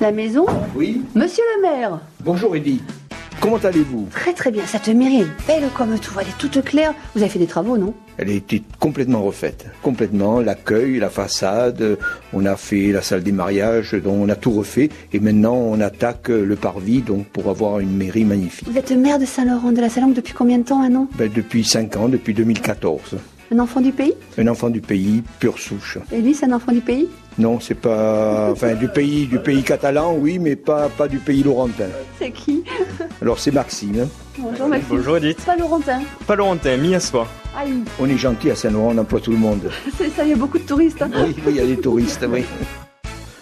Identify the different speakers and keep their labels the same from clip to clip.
Speaker 1: la maison
Speaker 2: Oui.
Speaker 1: Monsieur le maire
Speaker 2: Bonjour Eddy. Comment allez-vous
Speaker 1: Très très bien, cette mairie est belle comme tout, elle est toute claire. Vous avez fait des travaux, non
Speaker 2: Elle a été complètement refaite. Complètement. L'accueil, la façade. On a fait la salle des mariages, donc on a tout refait. Et maintenant, on attaque le parvis donc pour avoir une mairie magnifique.
Speaker 1: Vous êtes maire de Saint-Laurent de la Salangue depuis combien de temps maintenant
Speaker 2: Ben, depuis 5 ans, depuis 2014.
Speaker 1: Un enfant du pays
Speaker 2: Un enfant du pays, pure souche.
Speaker 1: Et lui, c'est un enfant du pays
Speaker 2: Non, c'est pas. Enfin, du pays, du pays catalan, oui, mais pas, pas du pays laurentin.
Speaker 1: C'est qui
Speaker 2: Alors, c'est Maxime.
Speaker 1: Bonjour Maxime.
Speaker 3: Bonjour Edith.
Speaker 1: C'est Pas Laurentin.
Speaker 3: Pas Laurentin, mis à soi.
Speaker 1: Aïe,
Speaker 2: On est gentil à Saint-Laurent, on emploie tout le monde.
Speaker 1: c'est ça, il y a beaucoup de touristes. hein.
Speaker 2: Oui, oui, il y a des touristes, oui.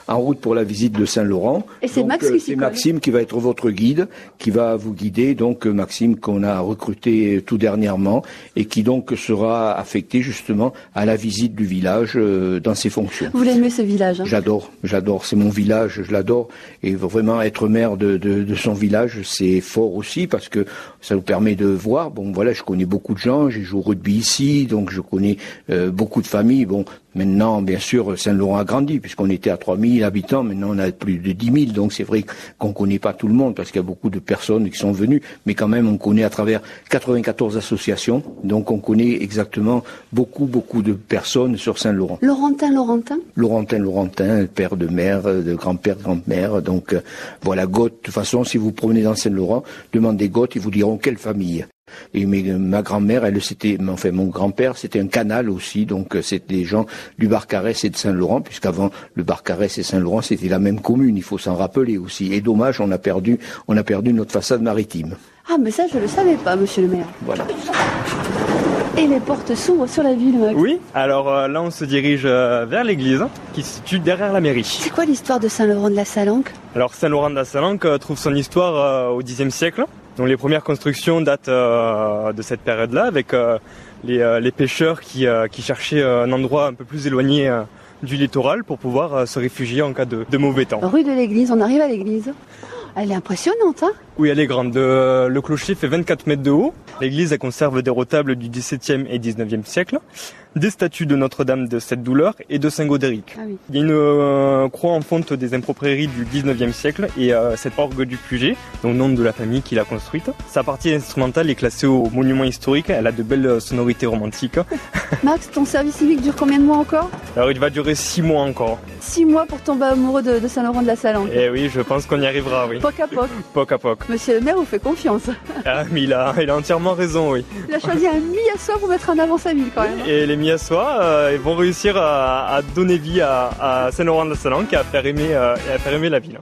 Speaker 2: En route pour la visite de Saint-Laurent.
Speaker 1: Et c'est
Speaker 2: Donc,
Speaker 1: Max qui
Speaker 2: euh,
Speaker 1: s'y
Speaker 2: C'est
Speaker 1: colle.
Speaker 2: Maxime qui va être votre guide, qui va vous guider. Donc euh, Maxime qu'on a recruté euh, tout dernièrement et qui donc sera affecté justement à la visite du village euh, dans ses fonctions.
Speaker 1: Vous l'aimez ce village hein
Speaker 2: J'adore, j'adore. C'est mon village, je l'adore. Et vraiment être maire de, de, de son village, c'est fort aussi parce que ça nous permet de voir. Bon, voilà, je connais beaucoup de gens. J'ai joué au rugby ici, donc je connais euh, beaucoup de familles. Bon, maintenant, bien sûr, Saint-Laurent a grandi puisqu'on était à 3000 habitants. Maintenant, on a plus de 10 000. Donc, c'est vrai qu'on connaît pas tout le monde parce qu'il y a beaucoup de personnes qui sont venues. Mais quand même, on connaît à travers 94 associations. Donc, on connaît exactement beaucoup, beaucoup de personnes sur Saint-Laurent.
Speaker 1: Laurentin, Laurentin
Speaker 2: Laurentin, Laurentin, père de mère, euh, de grand-père, grand-mère. Donc euh, voilà, Goth. De toute façon, si vous promenez dans Saint-Laurent, demandez Goth, ils vous diront quelle famille. Et mes- euh, ma grand-mère, elle, c'était, enfin mon grand-père, c'était un canal aussi, donc euh, c'était des gens du Barcarès et de Saint-Laurent, puisqu'avant le Barcarès et Saint-Laurent, c'était la même commune. Il faut s'en rappeler aussi. Et dommage, on a perdu, on a perdu notre façade maritime.
Speaker 1: Ah, mais ça, je le savais pas, monsieur le maire.
Speaker 2: Voilà.
Speaker 1: Et les portes s'ouvrent sur la ville, Max.
Speaker 3: Oui, alors euh, là on se dirige euh, vers l'église qui se situe derrière la mairie.
Speaker 1: C'est quoi l'histoire de Saint-Laurent de la Salanque
Speaker 3: Alors Saint-Laurent d'Assalanque euh, trouve son histoire euh, au Xe siècle. Donc les premières constructions datent euh, de cette période-là avec euh, les, euh, les pêcheurs qui, euh, qui cherchaient euh, un endroit un peu plus éloigné euh, du littoral pour pouvoir euh, se réfugier en cas de, de mauvais temps.
Speaker 1: Rue de l'église, on arrive à l'église. Elle est impressionnante, hein
Speaker 3: Oui, elle est grande. Euh, le clocher fait 24 mètres de haut. L'église elle conserve des retables du XVIIe et XIXe siècle, des statues de Notre-Dame de cette douleur et de Saint Godéric.
Speaker 1: Ah oui.
Speaker 3: Il y a une euh, croix en fonte des improprieries du 19e siècle et euh, cette orgue du QG, donc nom de la famille qui l'a construite. Sa partie instrumentale est classée au monument historique, elle a de belles euh, sonorités romantiques.
Speaker 1: Max, ton service civique dure combien de mois encore
Speaker 3: Alors il va durer six mois encore.
Speaker 1: Six mois pour tomber amoureux de, de Saint-Laurent de la Salanque.
Speaker 3: Et oui, je pense qu'on y arrivera, oui.
Speaker 1: Poc à poc.
Speaker 3: Poc à poc.
Speaker 1: Monsieur le maire vous fait confiance.
Speaker 3: Ah, mais il a, il a entièrement raison, oui.
Speaker 1: Il a choisi un mi à soi pour mettre en avant sa ville quand même.
Speaker 3: Et les Miassois euh, ils vont réussir à, à donner vie à, à Saint-Laurent-de-la-Salanque et à faire aimer, euh, et à faire aimer la ville.